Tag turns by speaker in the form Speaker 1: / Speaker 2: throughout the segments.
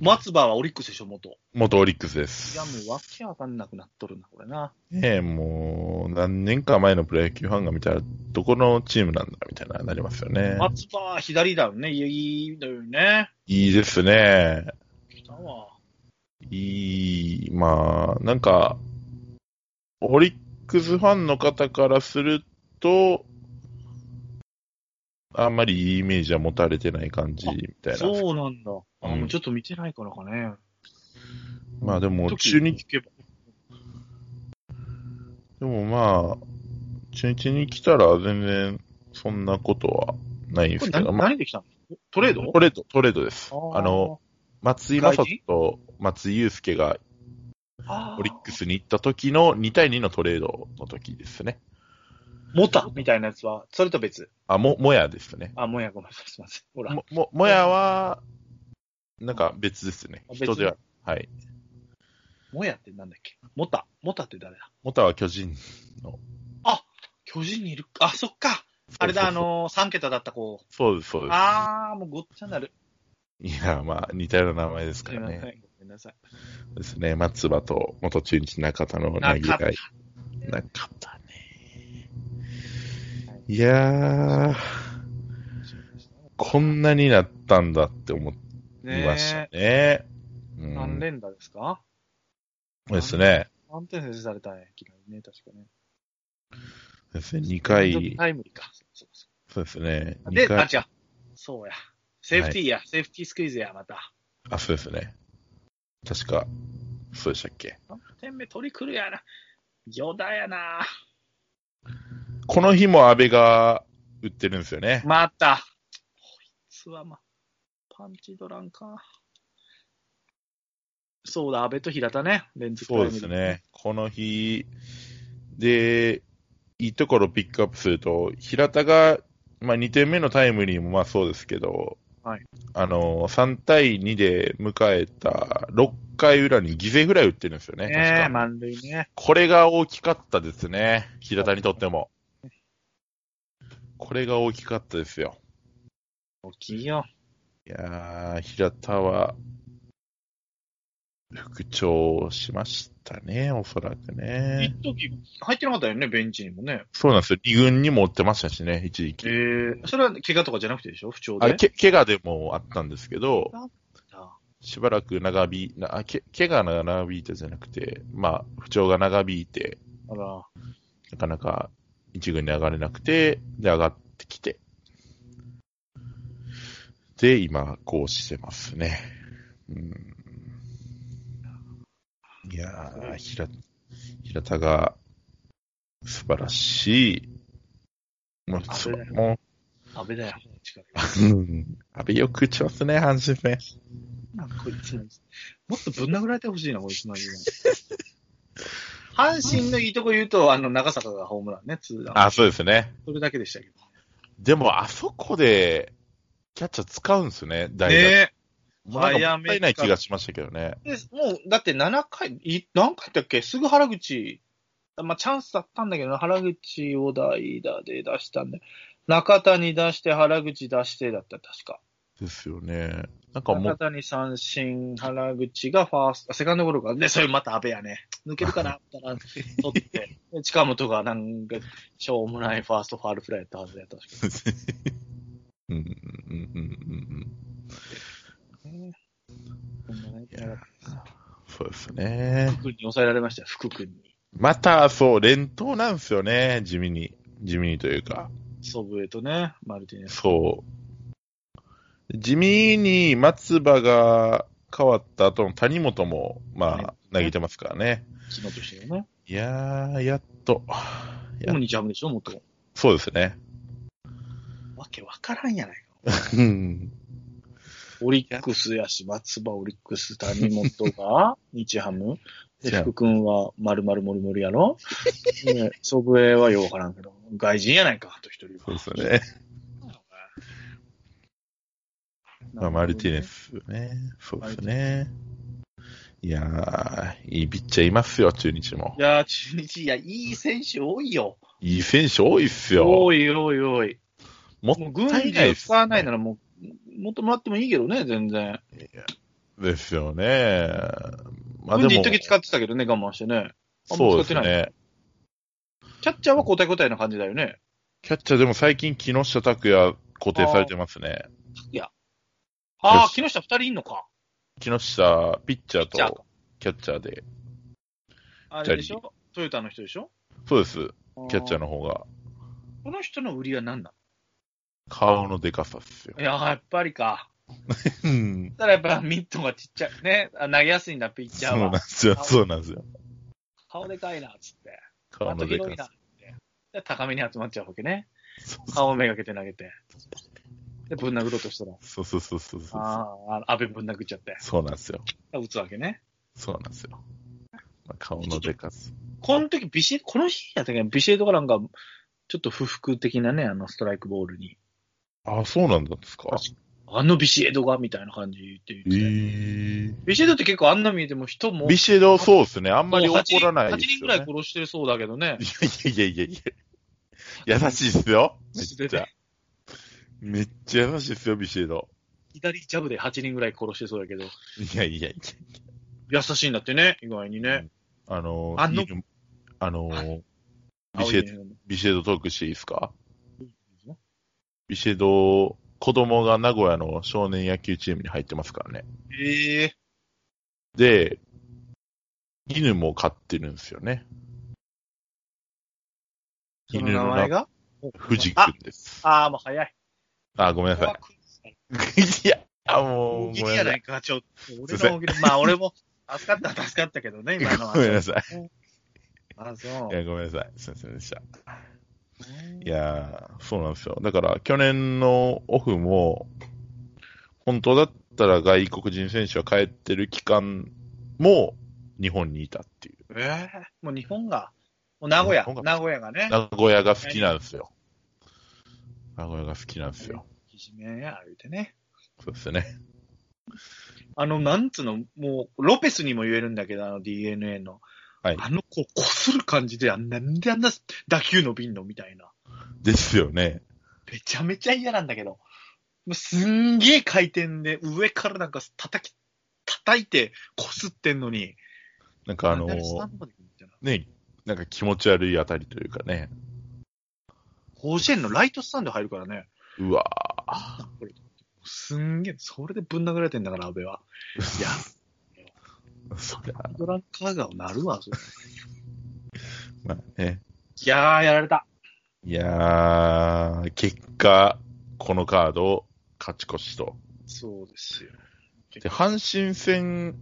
Speaker 1: 松葉はオリックスでしょ、元。
Speaker 2: 元オリックスで
Speaker 1: い
Speaker 2: す。
Speaker 1: や、もうわけわかんなくなっとるな、これな。
Speaker 2: ねえ、もう、何年か前のプロ野球ファンが見たら、どこのチームなんだみたいな、なりますよね。
Speaker 1: 松葉は左だよね。いやいいのよね。
Speaker 2: いいですね。
Speaker 1: 来たわ。
Speaker 2: いい、まあ、なんか、オリックスファンの方からすると、あんまりいいイメージは持たれてない感じみたいな。
Speaker 1: そうなんだ。あ、
Speaker 2: うん
Speaker 1: もうちょっと見てないからかね。
Speaker 2: まあでも、
Speaker 1: 時
Speaker 2: 中日
Speaker 1: 聞けば。
Speaker 2: でもまあ、中日に来たら全然そんなことはないんで
Speaker 1: こ
Speaker 2: す
Speaker 1: れ
Speaker 2: けど、
Speaker 1: 何
Speaker 2: まあ、
Speaker 1: 何できたのトレード
Speaker 2: トレード、トレードです。あの、、松井正
Speaker 1: 外
Speaker 2: 人
Speaker 1: 人
Speaker 2: と松井裕介が
Speaker 1: あー
Speaker 2: オリックスに行った時の2対2のトレードの時ですね。
Speaker 1: モタみたいなやつは、それと別。
Speaker 2: あ、も、もやですね。
Speaker 1: あ、もやごめんなさい、すいません。ほら。
Speaker 2: も、も、もやは、なんか別ですね。
Speaker 1: あ別
Speaker 2: 人では。はい。
Speaker 1: もやってなんだっけモタ。モタって誰だ
Speaker 2: もたは巨人。
Speaker 1: 巨人にいる。あ、そっか。あれだ、あのー、3桁だった子。
Speaker 2: そうです、そうです。
Speaker 1: あー、もうごっちゃになる。
Speaker 2: いや、まあ、似たような名前です
Speaker 1: す
Speaker 2: か
Speaker 1: い
Speaker 2: ら
Speaker 1: ません。
Speaker 2: ね。
Speaker 1: ごめんなさい。
Speaker 2: ですね。松葉と元中日中田の投
Speaker 1: な
Speaker 2: げ
Speaker 1: かった
Speaker 2: 合い。なかったね。いやー、こんなになったんだって思いました
Speaker 1: ね
Speaker 2: ね。う
Speaker 1: え。
Speaker 2: ん、
Speaker 1: 何連打ですか
Speaker 2: そうですね。
Speaker 1: 何点先制されたんや、昨日ね、確かね。
Speaker 2: そうですね、2
Speaker 1: 連続
Speaker 2: 回、
Speaker 1: タイムリーか。そうそうそ
Speaker 2: そうですね。
Speaker 1: うで、
Speaker 2: 二
Speaker 1: あ、
Speaker 2: 回
Speaker 1: 違う。そうや。セーフティーや、セーフティースクイズや、また。
Speaker 2: あ、そうですね。確か、そうでしたっけ。
Speaker 1: 3点目取り来るやな。余ダやな。
Speaker 2: この日も安倍が打ってるんですよね。
Speaker 1: また。こいつはま、パンチドランか。そうだ、安倍と平田ね、連続タイ
Speaker 2: そ
Speaker 1: ム
Speaker 2: うで
Speaker 1: リー
Speaker 2: す。ね。この日、で、いいところをピックアップすると、平田が、まあ、2点目のタイムリーもまあそうですけど、
Speaker 1: はい
Speaker 2: あの3対2で迎えた6回裏に犠牲フライ打ってるんですよね。確
Speaker 1: ねえ、
Speaker 2: か
Speaker 1: 満塁ね。
Speaker 2: これが大きかったですね、平田にとっても。これが大きかったですよ。
Speaker 1: 大きいよ。
Speaker 2: いやー、平田は、復調しましたね、おそらくね。
Speaker 1: 一時入ってなかったよね、ベンチにもね。
Speaker 2: そうなんですよ。二軍にも追ってましたしね、一時
Speaker 1: ええ
Speaker 2: 期。
Speaker 1: それは怪我とかじゃなくてでしょ不調で。
Speaker 2: あれ、け、怪我でもあったんですけど、
Speaker 1: あ
Speaker 2: しばらく長引い、なあ、け、怪我が長引いてじゃなくて、まあ、不調が長引いて、
Speaker 1: あら、
Speaker 2: なかなか一軍に上がれなくて、で、上がってきて。で、今、こうしてますね。うん。いやー、平、平田が、素晴らしい。もう、すばもう
Speaker 1: 安倍だよ。力が
Speaker 2: うん阿部よく打ちますね、阪神戦。
Speaker 1: なんかこいつももっとぶん殴られてほしいな、こいつマジで。阪神のいいとこ言うと、あの、長坂がホームランね、ツーラン。
Speaker 2: あ、そうですね。
Speaker 1: それだけでしたけど。
Speaker 2: でも、あそこで、キャッチャー使うんですね、代打。
Speaker 1: ね
Speaker 2: もうなんかもったいな
Speaker 1: 早め
Speaker 2: い
Speaker 1: か
Speaker 2: 気がしましたけどね。
Speaker 1: え。で、もう、だって7回、い何回だっけすぐ原口。まあ、チャンスだったんだけどな、原口を代打で出したんで。中谷出して、原口出してだった、確か。
Speaker 2: ですよね。なんかも
Speaker 1: 中
Speaker 2: う、
Speaker 1: 谷三振、原口がファースト、あセカンドゴロか。で、それまた安倍やね。抜けるかなったら、取 って。で近本がなんか、しょうもないファーストファールフライやったはずや、確か
Speaker 2: うん、うん、うん、うん。
Speaker 1: に。そんなね
Speaker 2: いやそうですね。
Speaker 1: 福君に抑えられましたよ、福君に。
Speaker 2: また、そう、連投なんですよね、地味に。地味にというか。
Speaker 1: 祖父江とね、マルティネス。
Speaker 2: そう。地味に松葉が変わった後の谷本も、まあ、投げてますからね。
Speaker 1: 昨日としてね。
Speaker 2: いやー、やっと。
Speaker 1: でも日ハムでしょ、元。
Speaker 2: そうですね。
Speaker 1: わけわからんやないか。
Speaker 2: うん。
Speaker 1: オリックスやし、松葉オリックス、谷本 が、日ハム。で、
Speaker 2: じゃあ
Speaker 1: 福君は、まるまるもりもりや ろ。ね、祖父江はようわからんけど、外人やないか、あと一人
Speaker 2: そう
Speaker 1: は。
Speaker 2: ですね。ま
Speaker 1: な
Speaker 2: あ、
Speaker 1: んか
Speaker 2: マルティネ。スね。そうですね。いやー、いいピッチャーいますよ、中日も
Speaker 1: い。やー、中日、いや、いい選手多いよ。
Speaker 2: いい選手多いっすよ。
Speaker 1: 多い、多い、多い。
Speaker 2: も
Speaker 1: もう
Speaker 2: っ
Speaker 1: 軍
Speaker 2: たい
Speaker 1: 事
Speaker 2: ない
Speaker 1: を
Speaker 2: っす
Speaker 1: 使わないならもう、もっともらってもいいけどね、全然。
Speaker 2: いやですよね。まあ
Speaker 1: うん
Speaker 2: で
Speaker 1: で一
Speaker 2: も、
Speaker 1: 時使ってたけどね、我慢してね。あんま
Speaker 2: そう
Speaker 1: 使
Speaker 2: で
Speaker 1: ってな
Speaker 2: す
Speaker 1: い
Speaker 2: ね。
Speaker 1: キャッチャーは交代交代な感じだよね。
Speaker 2: キャッチャーでも最近木下拓也固定されてますね。
Speaker 1: ああ、木
Speaker 2: よ
Speaker 1: 下二人いんのか。
Speaker 2: 木下、ピッチャー
Speaker 1: ピッチャー
Speaker 2: とキャッチャーで。
Speaker 1: あれでしょトヨタの人でしょ
Speaker 2: そうです。キャッチャー
Speaker 1: の。
Speaker 2: の方が。
Speaker 1: この人の売りは何な
Speaker 2: 顔のでかさっすよ
Speaker 1: の。いや、やっぱりか。
Speaker 2: うん。
Speaker 1: ただやっぱミットがちっちゃい。ね。あ投げやすいんだ、ピッチ
Speaker 2: そ
Speaker 1: ャ
Speaker 2: う
Speaker 1: ー
Speaker 2: な
Speaker 1: は
Speaker 2: んで。すよ。そうなんですよ。
Speaker 1: 顔でかいな、つって。
Speaker 2: 顔の
Speaker 1: 的
Speaker 2: で
Speaker 1: 広い
Speaker 2: か
Speaker 1: なっ
Speaker 2: さ。
Speaker 1: て。で高めに集まっちゃうわけね。
Speaker 2: そう
Speaker 1: 顔めがけて投げて。で、ぶん殴ろうとしたら。
Speaker 2: そうそうそうそうそう。
Speaker 1: ああ、安倍ぶん殴っちゃって。
Speaker 2: そうなんですよ。
Speaker 1: 打つわけね。
Speaker 2: そうなんですよ。まあ顔のでかさ。
Speaker 1: この時、ビシエこの日やったっけビシエドかなんか、ちょっと不服的なね、あの、ストライクボールに。
Speaker 2: あ、そうなんですか。
Speaker 1: あのビシエドが、みたいな感じで言って
Speaker 2: え
Speaker 1: て、
Speaker 2: ー、
Speaker 1: ビシエドって結構あんな見えても人も、
Speaker 2: ビシエド、そうですね。あんまり怒らない
Speaker 1: 8
Speaker 2: で
Speaker 1: 人
Speaker 2: す
Speaker 1: ぐらい
Speaker 2: よ、ね。
Speaker 1: 殺してるそうだけどね。
Speaker 2: いやいやいやいやいや。優しいっすよ。めっちゃ。めっちゃ優しいっすよ、ビシエド。
Speaker 1: 左ジャブで8人ぐらい殺してそうだけど、
Speaker 2: いやいやいや。
Speaker 1: 優しいんだってね、意外にね。
Speaker 2: あのー、
Speaker 1: あの
Speaker 2: いいあのー、ビ
Speaker 1: 青
Speaker 2: シ
Speaker 1: い
Speaker 2: エ
Speaker 1: ね
Speaker 2: ド、ビシエドトークしていいですか
Speaker 1: すよ
Speaker 2: ビシエド、子供が名古屋の少年野球チームに入ってますからね。
Speaker 1: ええ
Speaker 2: で、犬も飼ってるんですよね。
Speaker 1: その名前が
Speaker 2: 藤君です。
Speaker 1: ああ、もう早い。
Speaker 2: あごめんな
Speaker 1: これは
Speaker 2: さ
Speaker 1: クイズだ
Speaker 2: い。いや、あも
Speaker 1: 大
Speaker 2: う、
Speaker 1: 喜
Speaker 2: ごめ
Speaker 1: 利
Speaker 2: ん
Speaker 1: やな
Speaker 2: なさ
Speaker 1: い
Speaker 2: い。
Speaker 1: か、ちょっと。俺の大喜利、まあ俺も、助かったは助かったけどね、今のは
Speaker 2: ご。めんなさい。
Speaker 1: あ、そ。
Speaker 2: いうや、ごめんなさい。すいませんでした。いやー、そうなんですよ。だから、去年のオフも、本当だったら外国人選手は帰ってる期間も、日本にいたっていう。
Speaker 1: ええもう日本が、もう名古屋
Speaker 2: 日本、が
Speaker 1: 名古屋がね、
Speaker 2: 名古屋が好きなんですよ。名古屋が好きなんですよ。
Speaker 1: きしめや歩いてね。
Speaker 2: そうですね。
Speaker 1: あの、なんつうの、もう、ロペスにも言えるんだけど、あの DNA の。
Speaker 2: はい
Speaker 1: あの、こう、こする感じで、あなんであんな打球伸びんのみたいな。
Speaker 2: ですよね。
Speaker 1: めちゃめちゃ嫌なんだけど。もうすんげえ回転で、上からなんか叩き、叩いて、こすってんのに。
Speaker 2: なんかあの
Speaker 1: なんでスタ
Speaker 2: ー
Speaker 1: ンドまで来るみたいな
Speaker 2: ね、なんか気持ち悪いあたりというかね。
Speaker 1: 甲子園のライトスタンド入るからね。
Speaker 2: うわ
Speaker 1: これすんげえ、それでぶん殴られてんだから、安倍は。いや、
Speaker 2: ー。そりゃ、
Speaker 1: ドランカーがなるわ、それ。
Speaker 2: まあね。
Speaker 1: いやー、やられた。
Speaker 2: いやー、結果、このカード、勝ち越しと。
Speaker 1: そうですよ。
Speaker 2: で、阪神戦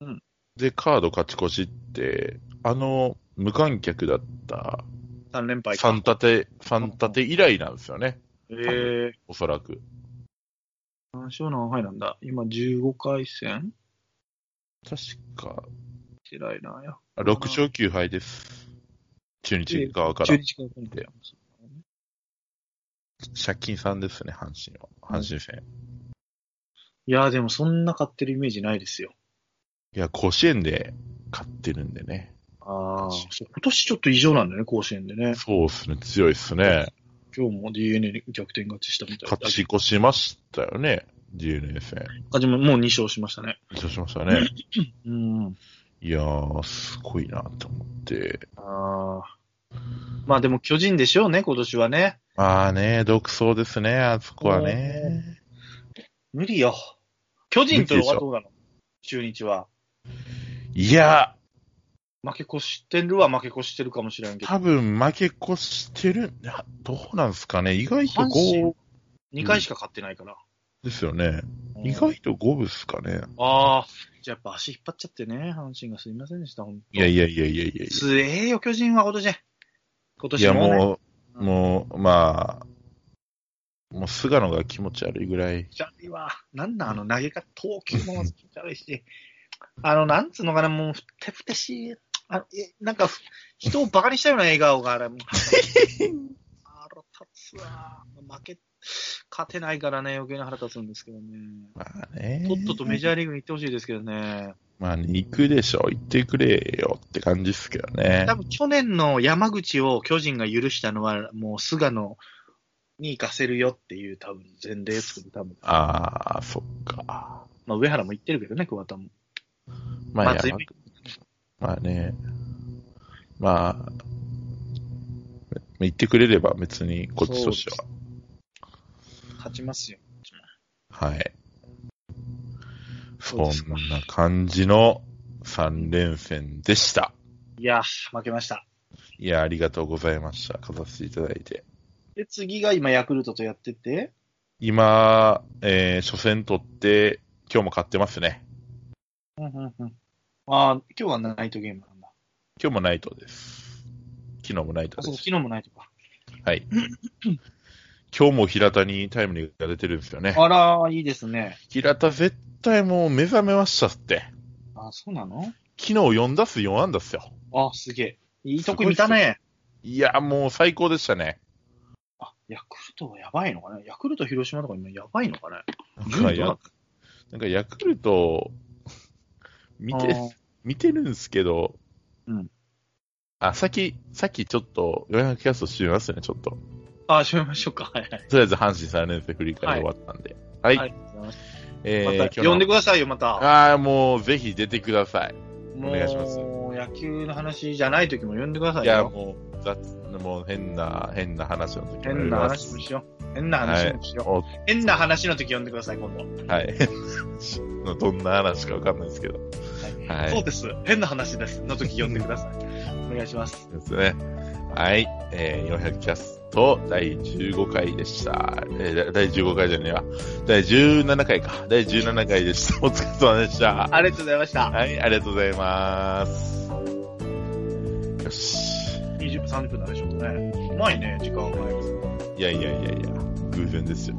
Speaker 1: うん
Speaker 2: でカード勝ち越しって、あの、無観客だった、
Speaker 1: 3連敗か。
Speaker 2: 三立て、三立て以来なんですよね、
Speaker 1: えー、
Speaker 2: おそらく。
Speaker 1: 何勝何敗なんだ。今15回戦
Speaker 2: 確か、
Speaker 1: 嫌いなんや。
Speaker 2: あ6勝9敗です。中日側から。
Speaker 1: 中日が今度や
Speaker 2: 借金さんですね、阪神は。阪神戦。
Speaker 1: いやー、でもそんな勝ってるイメージないですよ。
Speaker 2: いや、甲子園で勝ってるんでね。
Speaker 1: ああ、そう今年ちょっと異常なんだよね、甲子園でね。
Speaker 2: そうっすね、強いっすね。
Speaker 1: 今日も DNA に逆転勝ちしたみたいな。
Speaker 2: 勝ち越しましたよね、DNA 戦。
Speaker 1: 勝ちももう2勝しましたね。
Speaker 2: 勝ちました ね。
Speaker 1: うん。
Speaker 2: いやー、すごいなと思って。
Speaker 1: あーまあでも巨人でしょうね、今年はね。
Speaker 2: まあね、独走ですね、あそこはね。
Speaker 1: 無理よ。巨人とはどうなの中日は。
Speaker 2: いや、
Speaker 1: 負け越してるは負け越してるかもしれんけど。
Speaker 2: 多分負け越してる、あどうなんすかね、意外と
Speaker 1: 阪神
Speaker 2: 5
Speaker 1: 2回しか勝ってないから。
Speaker 2: ですよね。
Speaker 1: うん
Speaker 2: 意外と5分っすかね。
Speaker 1: ああ。じゃあやっぱ足引っ張っちゃってね、阪神がすいませんでした、本当
Speaker 2: いやいやいやいやいやい
Speaker 1: 強えよ、巨人は今年。今
Speaker 2: や。い
Speaker 1: 年
Speaker 2: や、
Speaker 1: も、ね。
Speaker 2: も
Speaker 1: うん
Speaker 2: う、もう、まあ、もう菅野が気持ち悪いぐらい。
Speaker 1: 気持ち悪いわ。なんなん、あの投げ方、投球も気持ち悪いし、あの、なんつうのかな、もう、ふてふてしい、あの、え、なんか、ふ人をバカにしたような笑顔があれ、もう。腹立つわ。負け、勝てないからね、余計な腹立つんですけどね。
Speaker 2: まあね。
Speaker 1: とっととメジャーリーグに行ってほしいですけどね。
Speaker 2: まあ、ね、行くでしょ、行ってくれよって感じっすけどね
Speaker 1: 多。分去年の山口を巨人が許したのは、もう菅野に行かせるよっていう、多分前例作る、多分。
Speaker 2: ああ、そっか。
Speaker 1: まあ、上原も行ってるけどね、桑田も。
Speaker 2: まあ、
Speaker 1: 松井
Speaker 2: 山まあね。まあ、言ってくれれば別にこっちとしては。
Speaker 1: 勝ちますよ。
Speaker 2: はい。そ
Speaker 1: そうんですか
Speaker 2: な感じの3連戦でした。
Speaker 1: いや、負けました。
Speaker 2: いや、ありがとうございました。勝たせていただいて。
Speaker 1: で、次が今、ヤクルトとやってて、
Speaker 2: 今、えー、初戦取って、今日も勝ってますね。
Speaker 1: うんうんうん。ああ、今日はナイトゲームなんだ。
Speaker 2: 今日もナイトです。昨日もナイト
Speaker 1: あ、そう、
Speaker 2: で
Speaker 1: 昨
Speaker 2: す。
Speaker 1: 日もナイトか。
Speaker 2: はい。今日も平田にタイムリーが出てるんですよね。
Speaker 1: あら、いいですね。
Speaker 2: 平田絶対もう目覚めましたって。
Speaker 1: あ、そうなの
Speaker 2: 昨日4打数4安打っすよ。
Speaker 1: あ、すげえ。いいとこ見たね。
Speaker 2: いや、もう最高でしたね。
Speaker 1: あ、ヤクルトはやばいのかねヤクルト広島とか今やばいのかね
Speaker 2: なん
Speaker 1: 順
Speaker 2: か
Speaker 1: 位どうな
Speaker 2: や
Speaker 1: っ、
Speaker 2: なんかヤクルト、見
Speaker 1: あ
Speaker 2: て
Speaker 1: ー、
Speaker 2: 見てるんですけど、
Speaker 1: うん。
Speaker 2: あ、さっき、さっきちょっと、400キャストしてみますね、ちょっと。
Speaker 1: あ、閉めましょうか。はいはい。
Speaker 2: とりあえず阪神3連戦振り返り終わったんで。はい。
Speaker 1: ありがとうございます。
Speaker 2: えー、
Speaker 1: ま
Speaker 2: 今日
Speaker 1: た、
Speaker 2: の
Speaker 1: 呼んでくださいよ、また。
Speaker 2: ああ、もうぜひ出てください。
Speaker 1: もう、
Speaker 2: 願いします
Speaker 1: 野球の話じゃない時も呼んでください
Speaker 2: いや、
Speaker 1: よ。
Speaker 2: もう雑、もう変な、変な話の時もや
Speaker 1: 変
Speaker 2: り
Speaker 1: な
Speaker 2: ま
Speaker 1: 話
Speaker 2: す
Speaker 1: もしよう。変な話もしよう。
Speaker 2: お
Speaker 1: 変な話の時呼んでください、今度。
Speaker 2: はい。 どんな話かわかんないですけど。はい。
Speaker 1: そうです。変な話です。の時呼んでくだ さい。お願いします。
Speaker 2: ですね。はい。えー400キャスト第15回でした。えー第15回じゃねえわ。第17回か。第17回でした。お疲れ様でした。
Speaker 1: ありがとうございました。
Speaker 2: はい、ありがとうございます。よし。
Speaker 1: 23分なんでしょうかね。うまいね、時間が。
Speaker 2: いやいやいやいや、偶然ですよ。